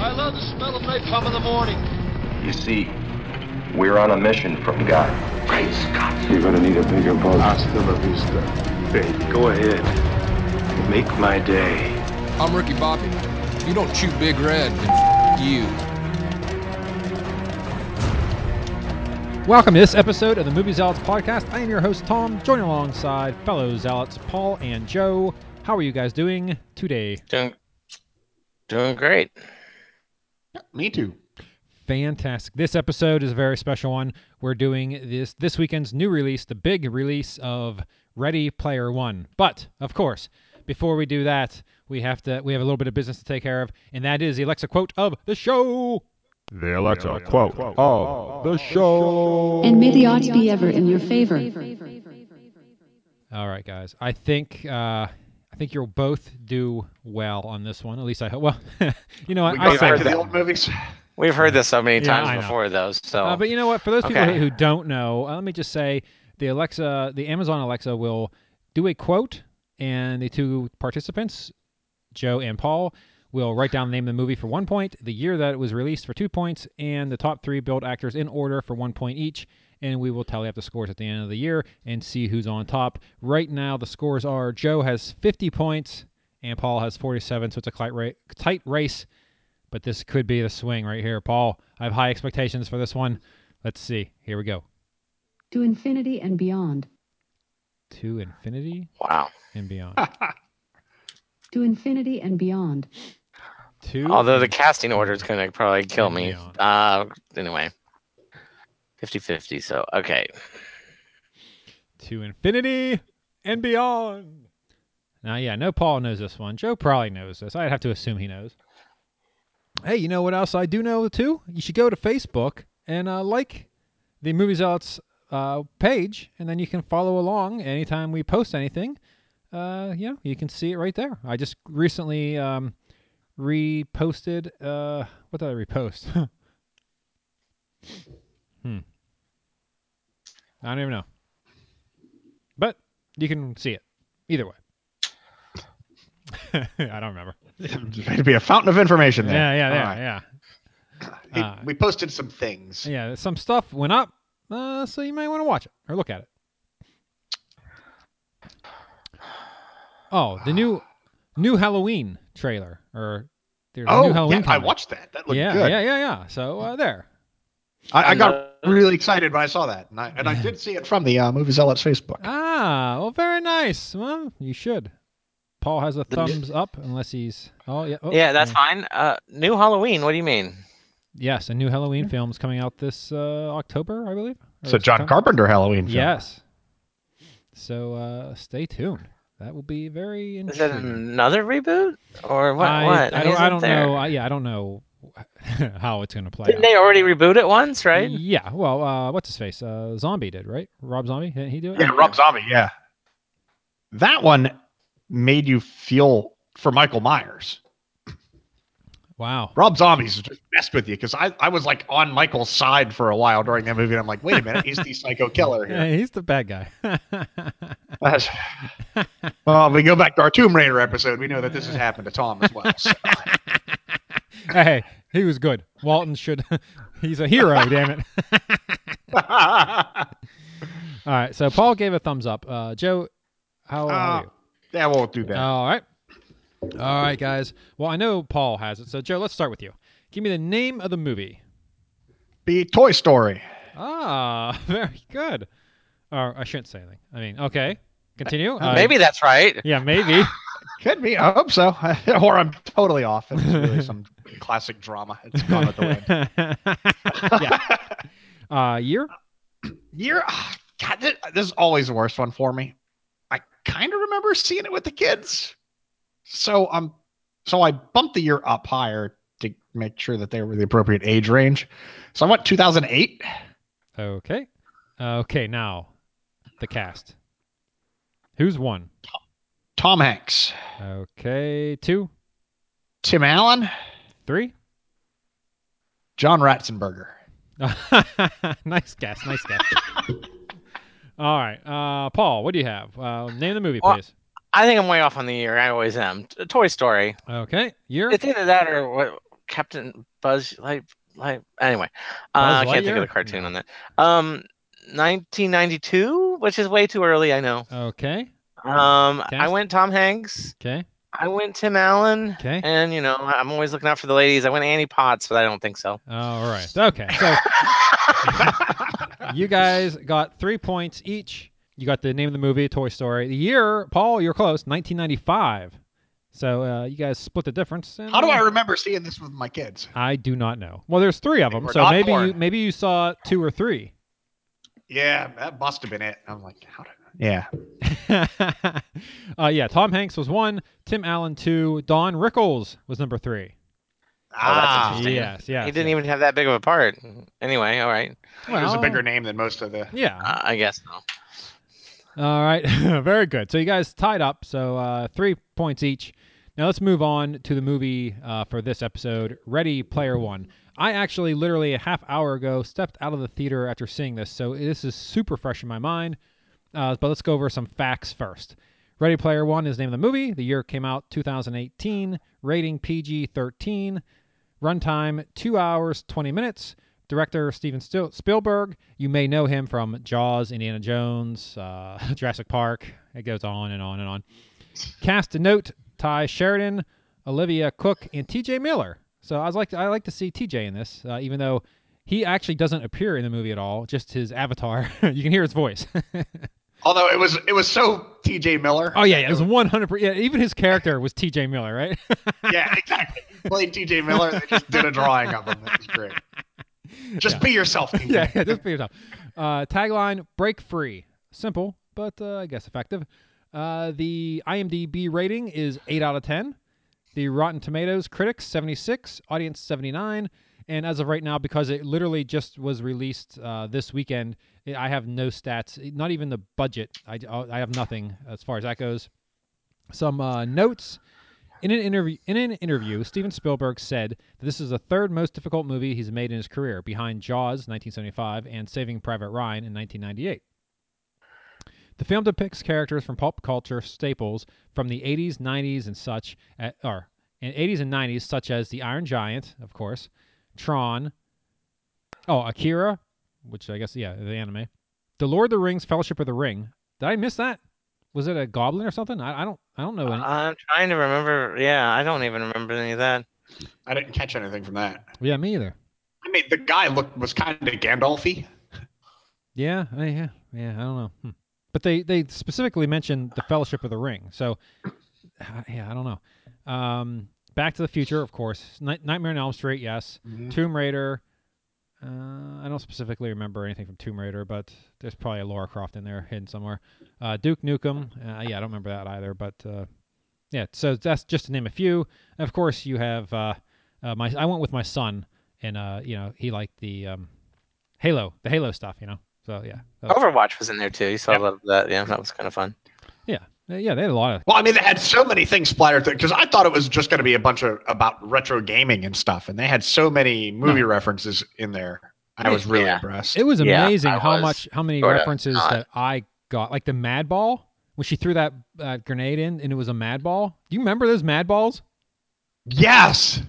I love the smell of napalm in the morning. You see, we're on a mission from God. Great Scott. You're gonna need a bigger boat. Hasta la vista, baby. Go ahead. Make my day. I'm Ricky Bobby. You don't chew Big Red, then f- you. Welcome to this episode of the Movie Zealots podcast. I am your host Tom, joined alongside fellow zealots Paul and Joe. How are you guys doing today? Doing, doing great. Me too. Fantastic. This episode is a very special one. We're doing this this weekend's new release, the big release of Ready Player One. But of course, before we do that, we have to we have a little bit of business to take care of, and that is the Alexa quote of the show. The Alexa quote of the show. And may the odds be ever in your favor. All right, guys. I think uh, I think you'll both do well on this one. At least I hope. Well, you know, We what? go I We've back suck. heard to the that. old movies. We've heard this so many Yeah, times I know. before, though. So, Uh, but you know what? For those people Okay. who don't know, uh, let me just say the Alexa, the Amazon Alexa, will do a quote, and the two participants, Joe and Paul, will write down the name of the movie for one point, the year that it was released for two points, and the top three billed actors in order for one point each. And we will tally up the scores at the end of the year and see who's on top. Right now, the scores are Joe has 50 points and Paul has 47, so it's a tight ra- tight race but this could be the swing right here, Paul. I have high expectations for this one. Let's see. Here we go. To infinity and beyond. To infinity wow. and beyond. To infinity and beyond. Two. Although the casting order is going to probably kill me. Yeah. Uh, anyway, 50 50. So, okay. to infinity and beyond. Now, yeah, no, Paul knows this one. Joe probably knows this. I'd have to assume he knows. Hey, you know what else I do know too? You should go to Facebook and uh, like the Movie Zealots uh, page, and then you can follow along anytime we post anything. Uh, yeah, you can see it right there. I just recently um, reposted. Uh, what did I repost? hmm. I don't even know but you can see it either way. I don't remember. It'd be a fountain of information there. Yeah, yeah, All yeah, right. yeah. Hey, Uh, we posted some things. Yeah, some stuff went up, uh, so you may want to watch it or look at it. Oh, the new new Halloween trailer or there's a new Oh, Halloween yeah, I coming. watched that. That looked yeah, good. yeah, yeah, yeah. So uh, there. I, I got Another- really excited when I saw that, and I, and I did see it from the uh, Movie Zealots Facebook. Ah, well, very nice. Well, you should. Paul has a The new- thumbs up, unless he's. Oh yeah. oh, yeah, that's fine. Uh, new Halloween. What do you mean? Yes, a new Halloween film's coming out this uh, October, I believe. Or So John September. Carpenter Halloween film. Yes. So uh, stay tuned. That will be very Is it interesting. another reboot? Or what? Hmm. I, what? I don't, I Isn't don't there- know. I, yeah, I don't know how it's going to play Didn't out. they already reboot it once, right? Yeah. Well, uh, what's his face? Uh, Zombie did right? Rob Zombie didn't he do it? Yeah, Rob Zombie. Yeah, that one made you feel for Michael Myers. Wow. Rob Zombie's just messed with you because I, I was like on Michael's side for a while during that movie. And I'm like, wait a minute, he's the psycho killer here. Yeah, he's the bad guy. That's- well, if we go back to our Tomb Raider episode, we know that this has happened to Tom as well. so. hey, he was good. Walton should. he's a hero. damn it. All right. So Paul gave a thumbs up. Uh, Joe, how are Uh, you? Uh, yeah, I won't do that. All right. All right, guys. Well, I know Paul has it. So, Joe, let's start with you. Give me the name of the movie. Be Toy Story. Ah, very good. Or I shouldn't say anything. I mean, okay. Continue. Uh, Maybe that's right. Yeah, maybe. Could be. I hope so. or I'm totally off. It's really some classic drama. It's gone at the wind. yeah. Uh, year? Year, ah, God, this, this is always the worst one for me. I kind of remember seeing it with the kids, so um, so I bumped the year up higher to make sure that they were the appropriate age range. So I went 2008. Okay. Okay, now the cast. Who's one? Tom Hanks, Okay, two, Tim Allen, three. John Ratzenberger. nice guess. Nice guess. All right. Uh, Paul, what do you have? Uh, name the movie, Well, please. I think I'm way off on the year. I always am. T- Toy Story. Okay. Year? It's either that or what, Captain Buzz like like anyway. Uh, I can't think of the Lightyear? cartoon on that. Um 1992, which is way too early, I know. Okay. Um I Cast? went Tom Hanks, Okay. I went Tim Allen, Okay. and you know, I'm always looking out for the ladies. I went Annie Potts, but I don't think so. All right. Okay. So you guys got three points each. You got the name of the movie, Toy Story. The year, Paul, you're close, 1995. So uh, you guys split the difference. and, How do uh, I remember seeing this with my kids? I do not know. Well, there's three of They them, were so not maybe you born. maybe you saw two or three. Yeah, that must have been it. I'm like, how did? Yeah, uh, yeah, Tom Hanks was one, Tim Allen two, Don Rickles was number three. Oh, that's ah, interesting. Yes, yes. he didn't yes. even have that big of a part. Anyway, all right. it was a Well, bigger name than most of the. Yeah. Uh, I guess so. All right. Very good. So you guys tied up. So uh, three points each. Now let's move on to the movie uh, for this episode Ready Player One. I actually literally a half hour ago stepped out of the theater after seeing this. So this is super fresh in my mind. Uh, but let's go over some facts first. Ready Player One is the name of the movie. The year it came out 2018. Rating PG 13. Runtime 2 hours 20 minutes. Director Steven Stil- Spielberg. You may know him from Jaws, Indiana Jones, uh, Jurassic Park. It goes on and on and on. Cast a note: Ty Sheridan, Olivia Cook, and T.J. Miller. So I was like, I like to see T.J. in this, uh, even though he actually doesn't appear in the movie at all. Just his avatar. you can hear his voice. Although it was, it was so T.J. Miller. oh yeah, yeah, it was one hundred percent. Yeah, even his character was T.J. Miller, right? yeah, exactly. Played T.J. Miller. They just did a drawing of him. It was great. Just Yeah. be yourself, T.J. yeah, yeah, just for yourself. Uh, tagline: Break free. Simple, but uh, I guess effective. Uh, the IMDb rating is eight out of ten. The Rotten Tomatoes critics seventy six, audience seventy nine, and as of right now, because it literally just was released uh, this weekend, it, I have no stats, not even the budget. I, uh, I have nothing as far as that goes. Some uh, notes. In an interview, in an interview, Steven Spielberg said that this is the third most difficult movie he's made in his career, behind Jaws (1975) and Saving Private Ryan in 1998. The film depicts characters from pop culture staples from the 80s, 90s, and such, at, or and 80s and 90s, such as the Iron Giant, of course, Tron, oh Akira, which I guess yeah, the anime, The Lord of the Rings: Fellowship of the Ring. Did I miss that? Was it a goblin or something? I, I don't, I don't know. any- I'm trying to remember. Yeah, I don't even remember any of that. I didn't catch anything from that. yeah, me either. I mean, the guy looked was kind of Gandalfy. Yeah, I- yeah, yeah. I don't know, hmm. but they they specifically mentioned the Fellowship of the Ring. So, uh, yeah, I don't know. Um, Back to the Future, of course. Night- Nightmare on Elm Street, yes. Tomb Raider. Uh, I don't specifically remember anything from Tomb Raider, but there's probably a Laura Croft in there hidden somewhere. Uh, Duke Nukem. Uh, yeah, I don't remember that either, but uh, yeah. So that's just to name a few. And of course, you have uh, uh, my. I went with my son, and uh, you know he liked the um, Halo, the Halo stuff. You know, so yeah, that was- Overwatch was in there too. You saw a lot of that. Yeah, that was kind of fun. yeah, uh, yeah. They had a lot of Well, I mean, they had so many things splattered because I thought it was just going to be a bunch of about retro gaming and stuff, and they had so many movie references in there. I was really Yeah. impressed. It was Yeah, amazing I how was much how many sorta references not. that I got. Like the Mad Ball when she threw that uh, grenade in, and it was a Mad Ball. Do you remember those Mad Balls? yes,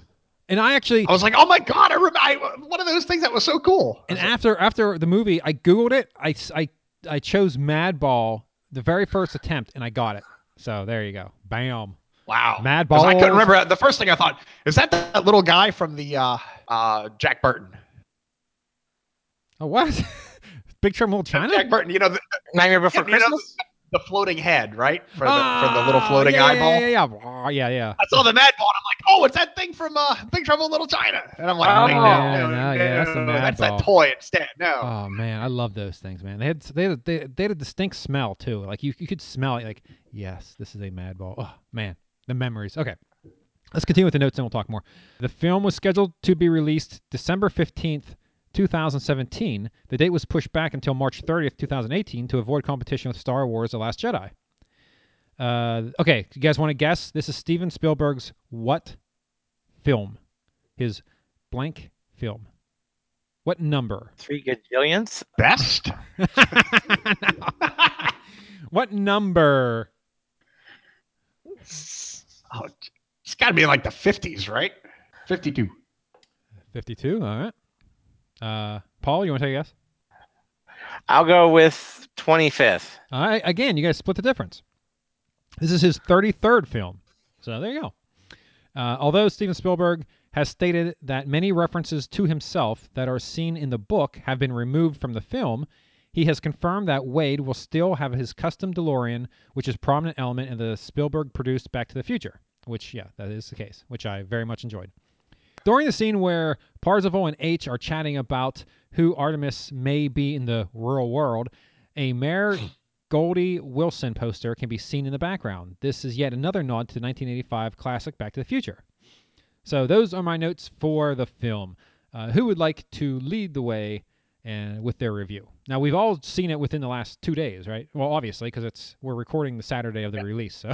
And I actually, I was like, oh my god, I remember I, one of those things that was so cool. and after after the movie, I googled it. I s- I I chose Mad Ball the very first attempt, and I got it. So there you go, bam. Wow, Mad 'Cause I couldn't Balls. remember the first thing I thought is that that little guy from the uh, uh, Jack Burton. Oh what? Big Trouble in Little China. Jack Burton, you know, the, Nightmare Before you know, Christmas. the floating head, right? For the Ah, for the little floating yeah, yeah, eyeball. Yeah, yeah, yeah. Oh, yeah, yeah. I saw the Mad Ball, and I'm like, oh, it's that thing from uh, Big Trouble in Little China. And I'm like, Oh, wait, no, yeah, no, no, yeah, that's the no, Mad that's Ball. that toy instead. No. Oh man, I love those things, man. They had they had, they, they had a distinct smell too. Like you, you could smell it. Like yes, this is a Mad Ball. Oh man, the memories. Okay, let's continue with the notes and we'll talk more. The film was scheduled to be released December fifteenth, two thousand seventeen. The date was pushed back until March thirtieth, two thousand eighteen, to avoid competition with Star Wars: The Last Jedi. Uh, okay, you guys want to guess? This is Steven Spielberg's what film? His blank film. What number? Three gajillions. Best? What number? Oh, it's got to be like the 50s, right? 52. 52. All right. Uh, Paul, you want to take a guess? I'll go with 25th. All right. Again, you guys split the difference. This is his 33rd film. So there you go. Uh, although Steven Spielberg has stated that many references to himself that are seen in the book have been removed from the film, he has confirmed that Wade will still have his custom DeLorean, which is a prominent element in the Spielberg produced Back to the Future, which, yeah, that is the case, which I very much enjoyed. During the scene where Parzival and H are chatting about who Artemis may be in the real world, a Mayor Goldie Wilson poster can be seen in the background. This is yet another nod to the 1985 classic Back to the Future. So those are my notes for the film. Uh, who would like to lead the way and with their review? Now we've all seen it within the last two days, right? Well, obviously because it's we're recording the Saturday of the release, so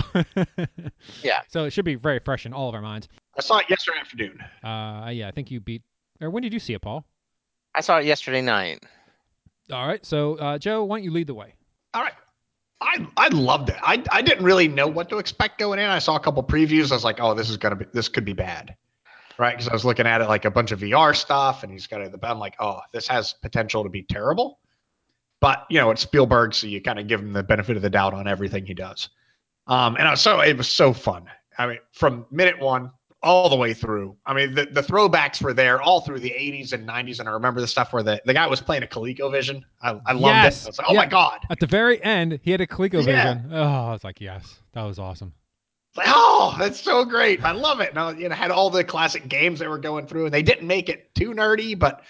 Yeah. So it should be very fresh in all of our minds. I saw it yesterday afternoon. Uh, yeah, I think you beat. Or when did you see it, Paul? I saw it yesterday night. All right, so uh, Joe, why don't you lead the way? All right. I, I loved it. I, I didn't really know what to expect going in. I saw a couple previews. I was like, oh, this is gonna be this could be bad, right? Because I was looking at it like a bunch of VR stuff, and he's got it. I'm like, oh, this has potential to be terrible. But you know, it's Spielberg, so you kind of give him the benefit of the doubt on everything he does. Um, and I was so it was so fun. I mean, from minute one all the way through. I mean, the, the throwbacks were there all through the 80s and 90s, and I remember the stuff where the, the guy was playing a ColecoVision. I, I loved Yes. it. I was like, oh Yeah. my god. At the very end, he had a ColecoVision. Yeah. Oh, I was like, yes, that was awesome. It's like, oh, that's so great. I love it. And I you know, had all the classic games they were going through, and they didn't make it too nerdy, but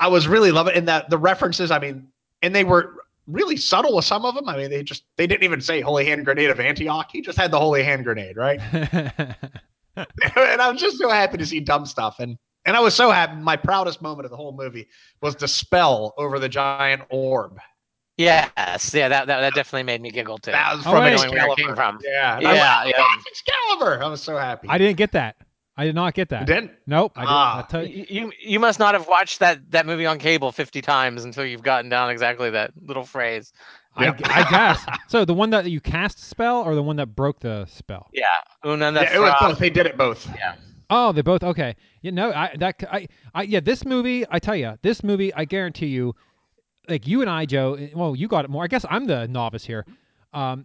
I was really loving it. And that the references, I mean, and they were really subtle with some of them. I mean, they just they didn't even say holy hand grenade of Antioch. He just had the holy hand grenade, right? and I was just so happy to see dumb stuff. And and I was so happy. My proudest moment of the whole movie was the spell over the giant orb. Yes. Yeah. That that, that definitely made me giggle too. That was Oh, from wait. Knowing where it came Excalibur. from. Uh, Yeah. And I Yeah. went, yeah. "Yes, Excalibur. I was so happy. I didn't get that. I did not get You that. didn't. Nope. I didn't. Ah. I tell you- Y- You you must not have watched that that movie on cable 50 times until you've gotten down exactly that little phrase. I, Yep. I guess. So the one that you cast spell or the one that broke the spell? Yeah. Una Yeah, it was Thra- both. They did it both. Oh, they both okay. You know, I that I, I yeah, this movie, I tell you, this movie, I guarantee you, like you and I, Joe. eh, Well, you got it more. I guess I'm the novice here. Um,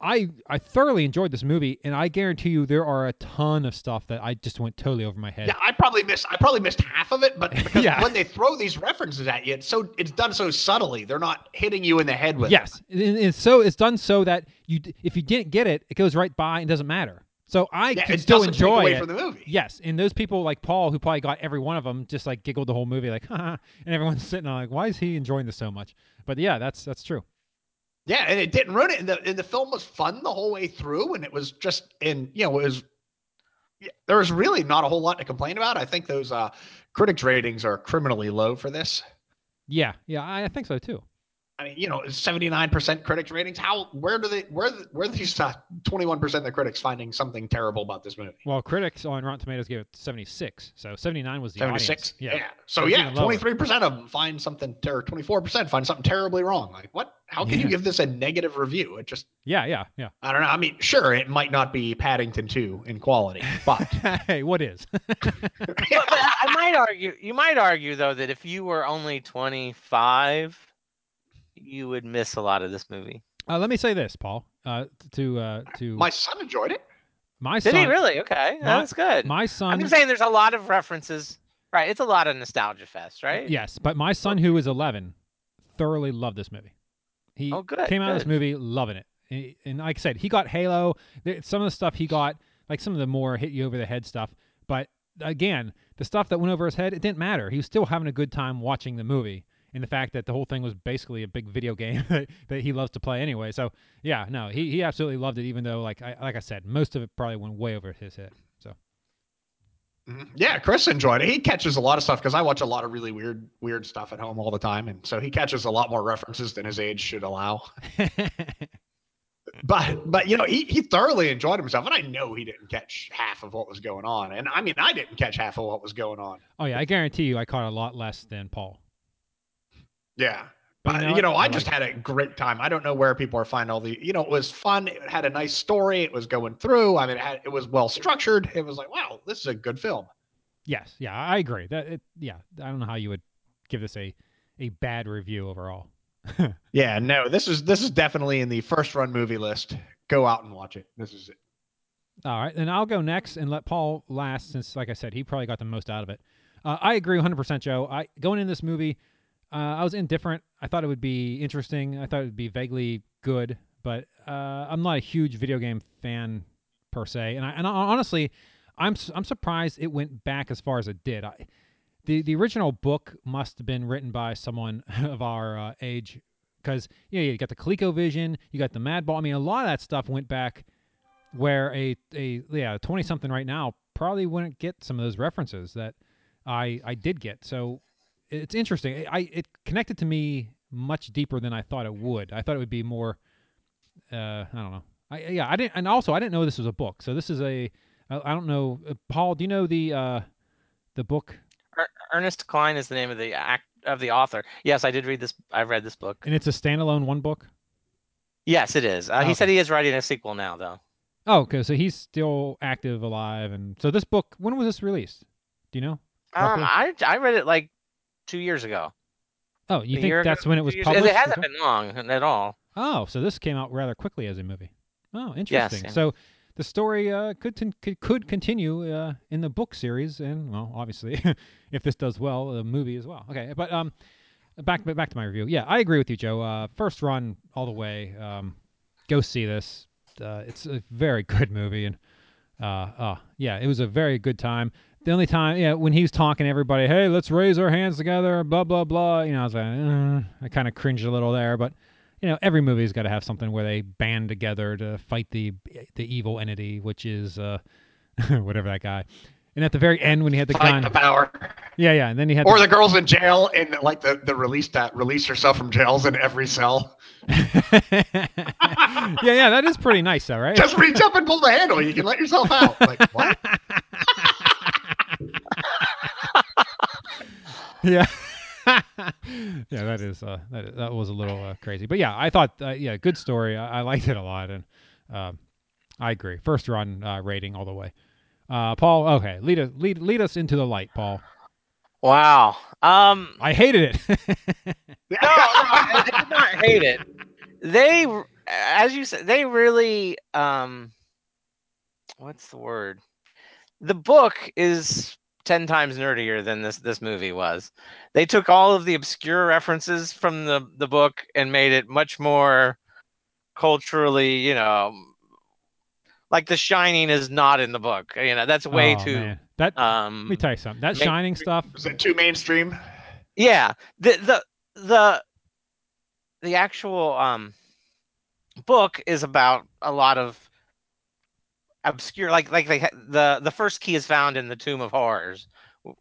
I I thoroughly enjoyed this movie, and I guarantee you, there are a ton of stuff that I just went totally over my head. Yeah, I probably missed. I probably missed half of it, but because Yeah. when they throw these references at you, it's so it's done so subtly. They're not hitting you in the head with. it. Yes, and, and so it's done so that you, d- if you didn't get it, it goes right by and doesn't matter. So I yeah, can it still doesn't take enjoy away it. from the movie. Yes, and those people like Paul, who probably got every one of them, just like giggled the whole movie, like, Haha, and everyone's sitting on like, why is he enjoying this so much? But yeah, that's that's true. Yeah, and it didn't ruin it. And the, and the film was fun the whole way through, and it was just and you know it was yeah, there was really not a whole lot to complain about. I think those uh, critics ratings are criminally low for this. Yeah, yeah, I, I think so too. I mean, you know, seventy nine percent critics ratings. How where do they where where are these twenty one percent of the critics finding something terrible about this movie? Well, critics on Rotten Tomatoes gave it 76, so 79 was the audience. 76 Yeah. so It's yeah even lower. 23% of them find something or 24% find something terribly wrong like what how can Yeah. you give this a negative review it just yeah, yeah, yeah, i don't know i mean sure it might not be paddington 2 in quality but hey, what is? but, but I I might argue, you might argue though that if you were only 25, you would miss a lot of this movie. uh, let me say this, Paul. Uh, t- to uh, to my son enjoyed it my Did son, he really? Okay, my- that's good. my I'm son, just saying, there's a lot of references. Right, it's a lot of nostalgia fest, right? yes, but my son who is 11 thoroughly loved this movie. He Oh, good, came out of this good. movie loving it, and, and like I said, he got Halo. There, some of the stuff he got, like some of the more hit you over the head stuff, but again, the stuff that went over his head, it didn't matter. He was still having a good time watching the movie. And the fact that the whole thing was basically a big video game that, that he loves to play anyway. So yeah, no, he, he absolutely loved it. Even though, like I, like I said, most of it probably went way over his head. So Mhm. yeah chris enjoyed it he catches a lot of stuff because i watch a lot of really weird weird stuff at home all the time and so he catches a lot more references than his age should allow but but you know he, he thoroughly enjoyed himself and i know he didn't catch half of what was going on and i mean i didn't catch half of what was going on oh yeah, I guarantee you, I caught a lot less than Paul. Yeah. But you But, know you know, what? I, I just like had a great time. I don't know where people are finding all the, you know, it was fun. It had a nice story. It was going through. I mean, it, had, it was well structured. It was like, wow, this is a good film. Yes, yeah, I agree. That it, yeah, I don't know how you would give this a a bad review overall. yeah, no, this is this is definitely in the first run movie list. Go out and watch it. This is it. All right, then I'll go next and let Paul last, since like I said, he probably got the most out of it. Uh, I agree 100%, Joe. I going in this movie, uh, I was indifferent. I thought it would be interesting. I thought it would be vaguely good, but uh, I'm not a huge video game fan per se, and I, and I, honestly, I'm I'm surprised it went back as far as it did. I, the the original book must have been written by someone of our uh, age because you know you got the ColecoVision, you got the Madball. I mean, a lot of that stuff went back where a a yeah twenty something right now probably wouldn't get some of those references that I I did get. So it's interesting. I it connected to me much deeper than I thought it would. I thought it would be more. Uh, I don't know. I, yeah, I didn't, and also I didn't know this was a book. So this is a, I, I don't know, uh, Paul. Do you know the, uh, the book? Ernest Klein is the name of the act of the author. Yes, I did read this. I've read this book. And it's a standalone one book. Yes, it is. Uh, oh, he okay. said he is writing a sequel now, though. Oh, okay. So he's still active, alive, and so this book. When was this released? Do you know? Um, I I read it like two years ago. Oh, you a think that's ago, when it was published? It hasn't been long at all. Oh, so this came out rather quickly as a movie. Oh, interesting. Yes, so the story uh, could, t- could could continue uh, in the book series, and well, obviously, if this does well, the movie as well. Okay, but um, back back to my review. Yeah, I agree with you, Joe. Uh, first run all the way. Um, go see this. uh, it's a very good movie, and uh, yeah, it was a very good time. The only time, yeah, when he was talking to everybody, hey, let's raise our hands together, blah blah blah. You know, I was like, eh, I kind of cringed a little there, but you know every movie's got to have something where they band together to fight the the evil entity which is uh whatever that guy and at the very end when he had the fight gun the power yeah yeah and then he had or the, the girls in jail and like the the release that release yourself from jails in every cell yeah yeah that is pretty nice though right just reach up and pull the handle you can let yourself out like what yeah yeah, that is uh, that is, that was a little uh, crazy, but yeah, I thought uh, yeah, good story. I, I, liked it a lot, and um, I agree. First run uh, rating all the way. Uh, Paul, okay, lead us lead lead us into the light, Paul. Wow, um, I hated it. no, no, I, I, did not hate it. They, as you said, they really um, what's the word? The book is 10 times nerdier than this this movie was. They took all of the obscure references from the the book and made it much more culturally, you know, like The Shining is not in the book. You know, that's way oh, too man. That um let me tell you something. That mainstream. Shining stuff is it too mainstream? Yeah. The the the the actual um book is about a lot of obscure like like they the the first key is found in the tomb of horrors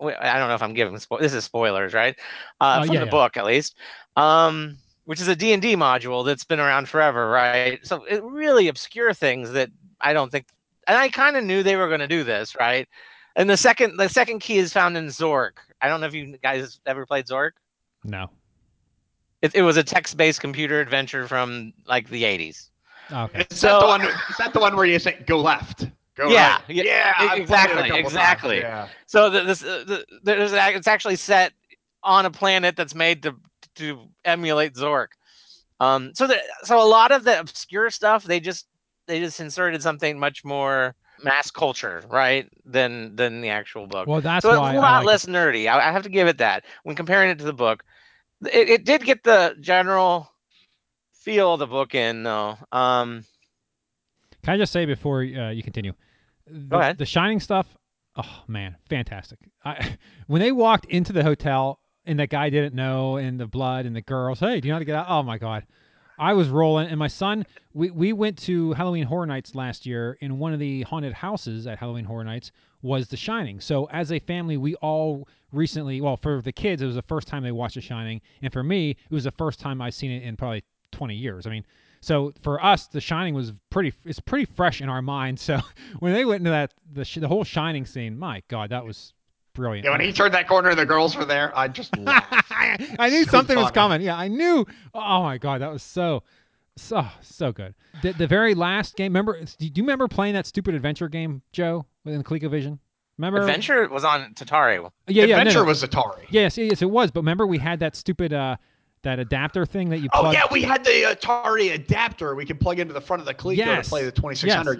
i don't know if i'm giving spo- this is spoilers right uh, uh from yeah, the yeah. book at least um which is a d&d module that's been around forever right so it really obscure things that i don't think and i kind of knew they were going to do this right and the second the second key is found in zork i don't know if you guys ever played zork no it, it was a text-based computer adventure from like the 80s Okay. Is so, that the one? Is that the one where you say go left? Go yeah, right. Yeah. Yeah. Exactly. Exactly. Yeah. So the, this, uh, the, there's it's actually set on a planet that's made to to emulate Zork. Um. So the, so a lot of the obscure stuff they just they just inserted something much more mass culture, right? Than than the actual book. Well, that's so why it's a lot like less nerdy. I, I, have to give it that when comparing it to the book. It, it did get the general feel the book in though. Um, Can I just say before uh, you continue? The, Go ahead. The Shining stuff. Oh man, fantastic! I, when they walked into the hotel and that guy didn't know, and the blood and the girls. Hey, do you know how to get out? Oh my god, I was rolling. And my son, we we went to Halloween Horror Nights last year, and one of the haunted houses at Halloween Horror Nights was The Shining. So as a family, we all recently, well, for the kids, it was the first time they watched The Shining, and for me, it was the first time I've seen it in probably 20 years. I mean, so for us, The Shining was pretty. It's pretty fresh in our mind. So when they went into that the sh- the whole Shining scene, my God, that was brilliant. Yeah, when he turned that corner, the girls were there. I just I, I knew so something funny. was coming. Yeah, I knew. Oh my God, that was so. So so good. The, the very last game. Remember? Do you remember playing that stupid adventure game, Joe, within ColecoVision? Remember? Adventure was on Tatari. Yeah, yeah, no, Adventure no. was Atari. Yes, yes, it was. But remember, we had that stupid uh, that adapter thing that you Oh plug. yeah, we had the Atari adapter we could plug into the front of the Coleco Yes. to play the 2600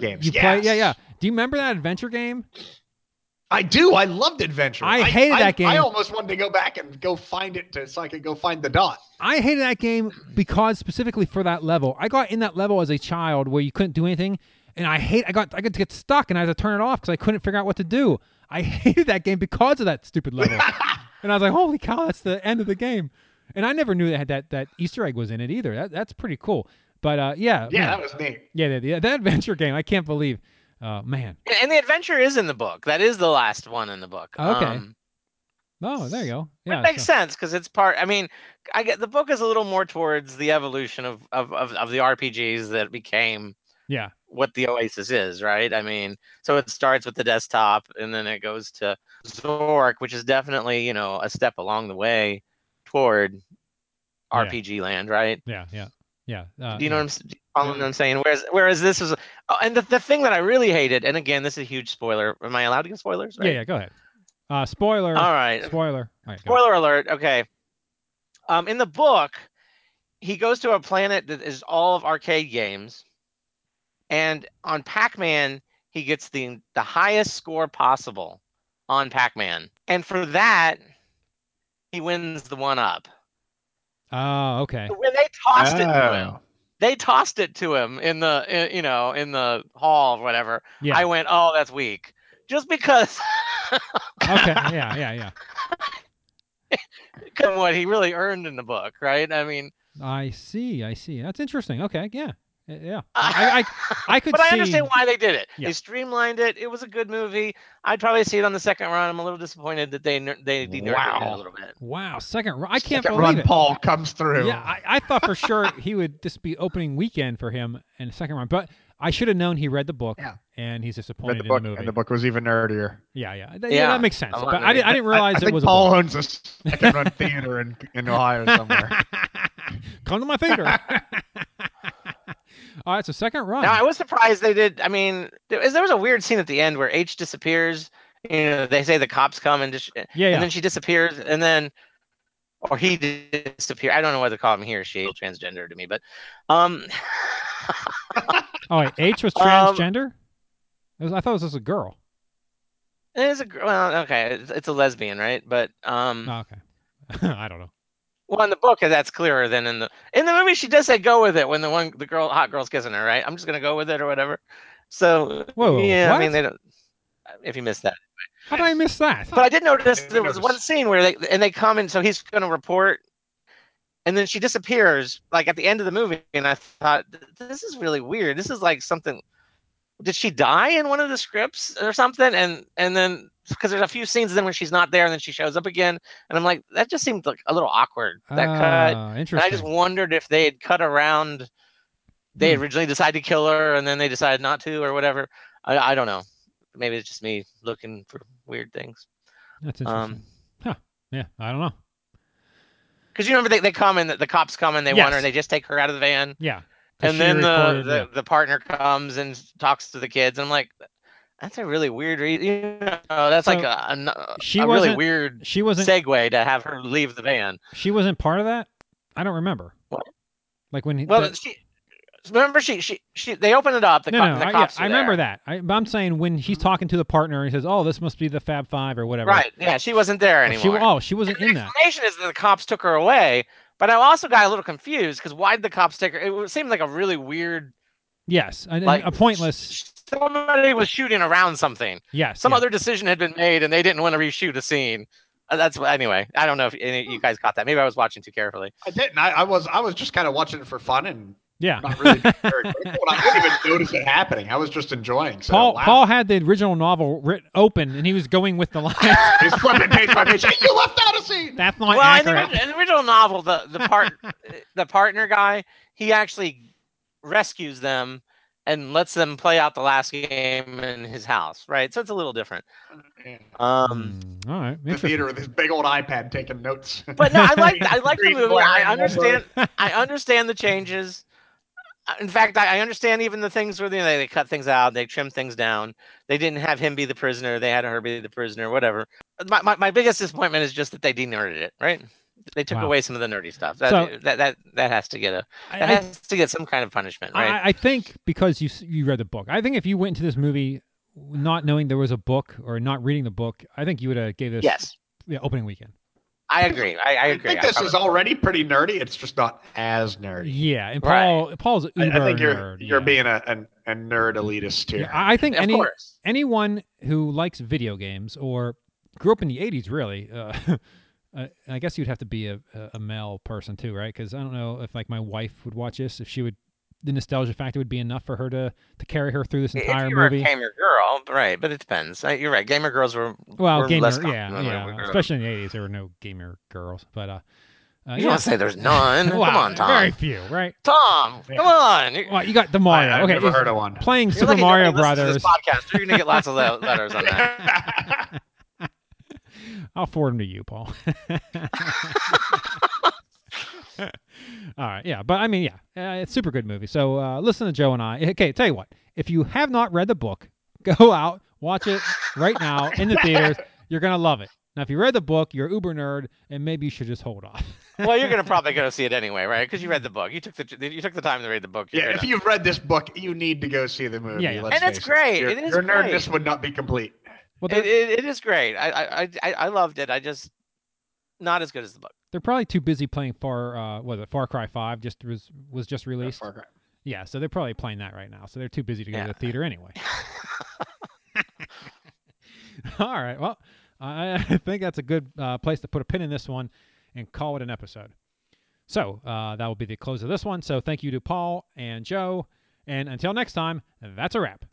Yes. games. You yes. play- yeah, yeah. Do you remember that adventure game? I do. I loved Adventure. I hated that game. I almost wanted to go back and go find it to, so I could go find the dot. I hated that game because specifically for that level. I got in that level as a child where you couldn't do anything, and I hate. I got I could get stuck and I had to turn it off because I couldn't figure out what to do. I hated that game because of that stupid level. and I was like, "Holy cow, that's the end of the game!" And I never knew that that that Easter egg was in it either. That, that's pretty cool. But uh, yeah, Yeah, man. that was neat. yeah, that, yeah, that adventure game. I can't believe, uh, man. And, and the adventure is in the book. That is the last one in the book. Okay. Um, Oh, there you go. it Yeah, makes so- sense because it's part. I mean, I get the book is a little more towards the evolution of of of, of the RPGs that became yeah, what the Oasis is, right? I mean, so it starts with the desktop and then it goes to Zork, which is definitely you know a step along the way toward Yeah. RPG land, right? yeah, yeah, yeah. Uh, do you know yeah. what I'm, s- do you follow what I'm saying? Whereas, whereas this is, oh, and the, the thing that I really hated, and again, this is a huge spoiler. Am I allowed to give spoilers? Yeah, yeah. Go ahead. Uh, spoiler. All right. Spoiler. All right, go. Spoiler alert. Okay. Um, in the book, he goes to a planet that is all of arcade games, and on Pac-Man, he gets the the highest score possible on Pac-Man, and for that, he wins the one up. Oh, okay. When they tossed it to him, Oh. they tossed it to him in the in, you know in the hall or whatever. Yeah. I went, oh, that's weak, just because okay. Yeah, yeah, yeah. of what he really earned in the book, right? I mean, I see. I see. That's interesting. Okay. Yeah. y- Yeah. I, I, I could but see. I understand why they did it. Yeah. They streamlined it. It was a good movie. I'd probably see it on the second run. I'm a little disappointed that they ner- they denerded it Wow. a little bit. Wow. Second. ru- I can't Second believe run it. Paul comes through. Yeah. I, I thought for sure he would just be opening weekend for him in the second round, but I should have known he read the book. Yeah. And he's read disappointed the book, in the movie. and the book was even nerdier. Yeah, yeah. Th- yeah. Yeah. That makes sense. I But wanted I, to- did, I didn't I- realize I it think was Paul a book. owns a second run theater in, in Ohio somewhere. Come to my theater. All right. So second run. Now I was surprised they did. I mean, there, was- there was a weird scene at the end where H disappears. You know, they say the cops come and dis- yeah. and Yeah. then she disappears, and then or he disappears. I don't know whether to call him he or she. Transgender to me, but um, Oh, wait. H was Um, transgender. It was- I thought it was just a girl. it is a gr- well, okay, it's, it's a lesbian, right? But um, mm. Oh, okay. I don't know. Well, in the book, that's clearer than in the in the movie. She does say "go with it" when the one the girl hot girl's kissing her, right? I'm just gonna go with it or whatever. So Whoa, yeah, Oh, what? I mean they don't. If you missed that, How did I miss that? but I did notice didn't there was one notice. scene where they and they come and so he's gonna report, and then she disappears like at the end of the movie, and I thought this is really weird. This is like something. Did she die in one of the scripts or something? And and then because there's a few scenes then when she's not there and then she shows up again, and I'm like that just seemed like a little awkward. That cut. Ah, And Interesting. I just wondered if they had cut around. They Hmm. originally decided to kill her, and then they decided not to, or whatever. I, I don't know. Maybe it's just me looking for weird things. That's Um, interesting. huh. Yeah. I don't know. because you remember they, they come and the, the cops come and they want her, Yes. and they just take her out of the van, Yeah. 'Cause she and then the recorded- the, the partner comes and talks to the kids, and I'm like, that's a really weird reason. You know, that's like So, a, a n- she a really wasn't- weird yeah. she wasn't. segue to have her leave the van. she wasn't part of that. I don't remember. What? Like when. he- Well, the- she remember she she she they opened it up. The, no, cop- no, the I, yeah, cops I were remember there. Mm-hmm. that. I, but I'm saying when he's talking to the partner, he says, "Oh, this must be the Fab Five or whatever." Right? Yeah, she wasn't there Oh, anymore. She, oh, she wasn't the in that. explanation is that the cops took her away, but I also got a little confused because why did the cops take her? It would- seemed like a really weird, Yes, and, and like a pointless. Somebody was shooting around something. Yes. Some yeah. other decision had been made, and they didn't want to reshoot a scene. Uh, That's what- anyway. I don't know if any of you guys caught that. Maybe I was watching too carefully. I didn't. I, I was. I was just kind of watching it for fun and Yeah. not really prepared. But it's what I didn't even notice it happening. I was just enjoying. So, Paul wow. Paul had the original novel writ open, and he was going with the lines. He's flipping page by page. Hey, you left out a scene. That's not well, in the, accurate. orig- in the original novel, the the part the partner guy, he actually rescues them and lets them play out the last game in his house, right? So it's a little different. Um, Hmm, all right. The Interesting. theater with his big old iPad taking notes. Mm. But no, I like I like the Three, movie. four, I and one understand I understand the changes. in fact, I, I understand even the things where you know, they, they cut things out, they trim things down. They didn't have him be the prisoner; they had her be the prisoner, whatever. My my, my biggest disappointment is just that they denerded it, right? They took Wow. away some of the nerdy stuff. That, So- that that that has to get a I- that I- has to get some kind of punishment, right? I, I think because you s- you read the book, I think if you went into this movie not knowing there was a book or not reading the book, I think you would have gave this yes, yeah, opening weekend. I agree. I, I agree. think this probably- is already pretty nerdy. It's just not as nerdy. Yeah, and Right. Paul Paul's I- uber I think you're nerd, you're yeah. being a, a, a nerd elitist here. Yeah, I I think of any course. anyone who likes video games or grew up in the 80s really uh, uh, i guess you'd have to be a, a- a male person too right because i don't know if like my wife would watch this if she would the nostalgia factor would be enough for her to to carry her through this entire if you movie were a gamer girl, right? But it depends. Uh, You're right. Gamer girls were well were gamer less common yeah when we yeah were- especially in the 80s there were no gamer girls but uh, uh You don't yeah. say there's none. Wow, Come on, Tom. very few right Tom, Yeah. come on. You're, well you got the mario I, I've okay never is- heard of one. playing you're super lucky mario nobody listens to brothers This podcast. You're gonna get lots of le- letters on that. I'll forward them to you, Paul. All right, yeah, but I mean, yeah, uh, it's a super good movie. So uh, listen to Joe and I. Okay, tell you what, if you have not read the book, go out, watch it right now in the theaters. You're gonna love it. Now, if you read the book, you're uber nerd, and maybe you should just hold off. Well, you're gonna probably go see it anyway, right? Because you read the book. You took the you took the time to read the book. You're Yeah, if gonna- you've read this book, you need to go see the movie. Yeah, yeah. let's And it's face great, It. Your, it is your great. nerdness would not be complete. Well, they're, it, it, it is great. I, I I- I I loved it. I just not as good as the book. they're probably too busy playing Far. Uh, was it Far Cry Five? Just was was just released. Far Cry. Yeah, so they're probably playing that right now. So they're too busy to go Yeah. to the theater anyway. All right. Well, I I think that's a good uh, place to put a pin in this one and call it an episode. So uh, that will be the close of this one. So thank you to Paul and Joe. And until next time, that's a wrap.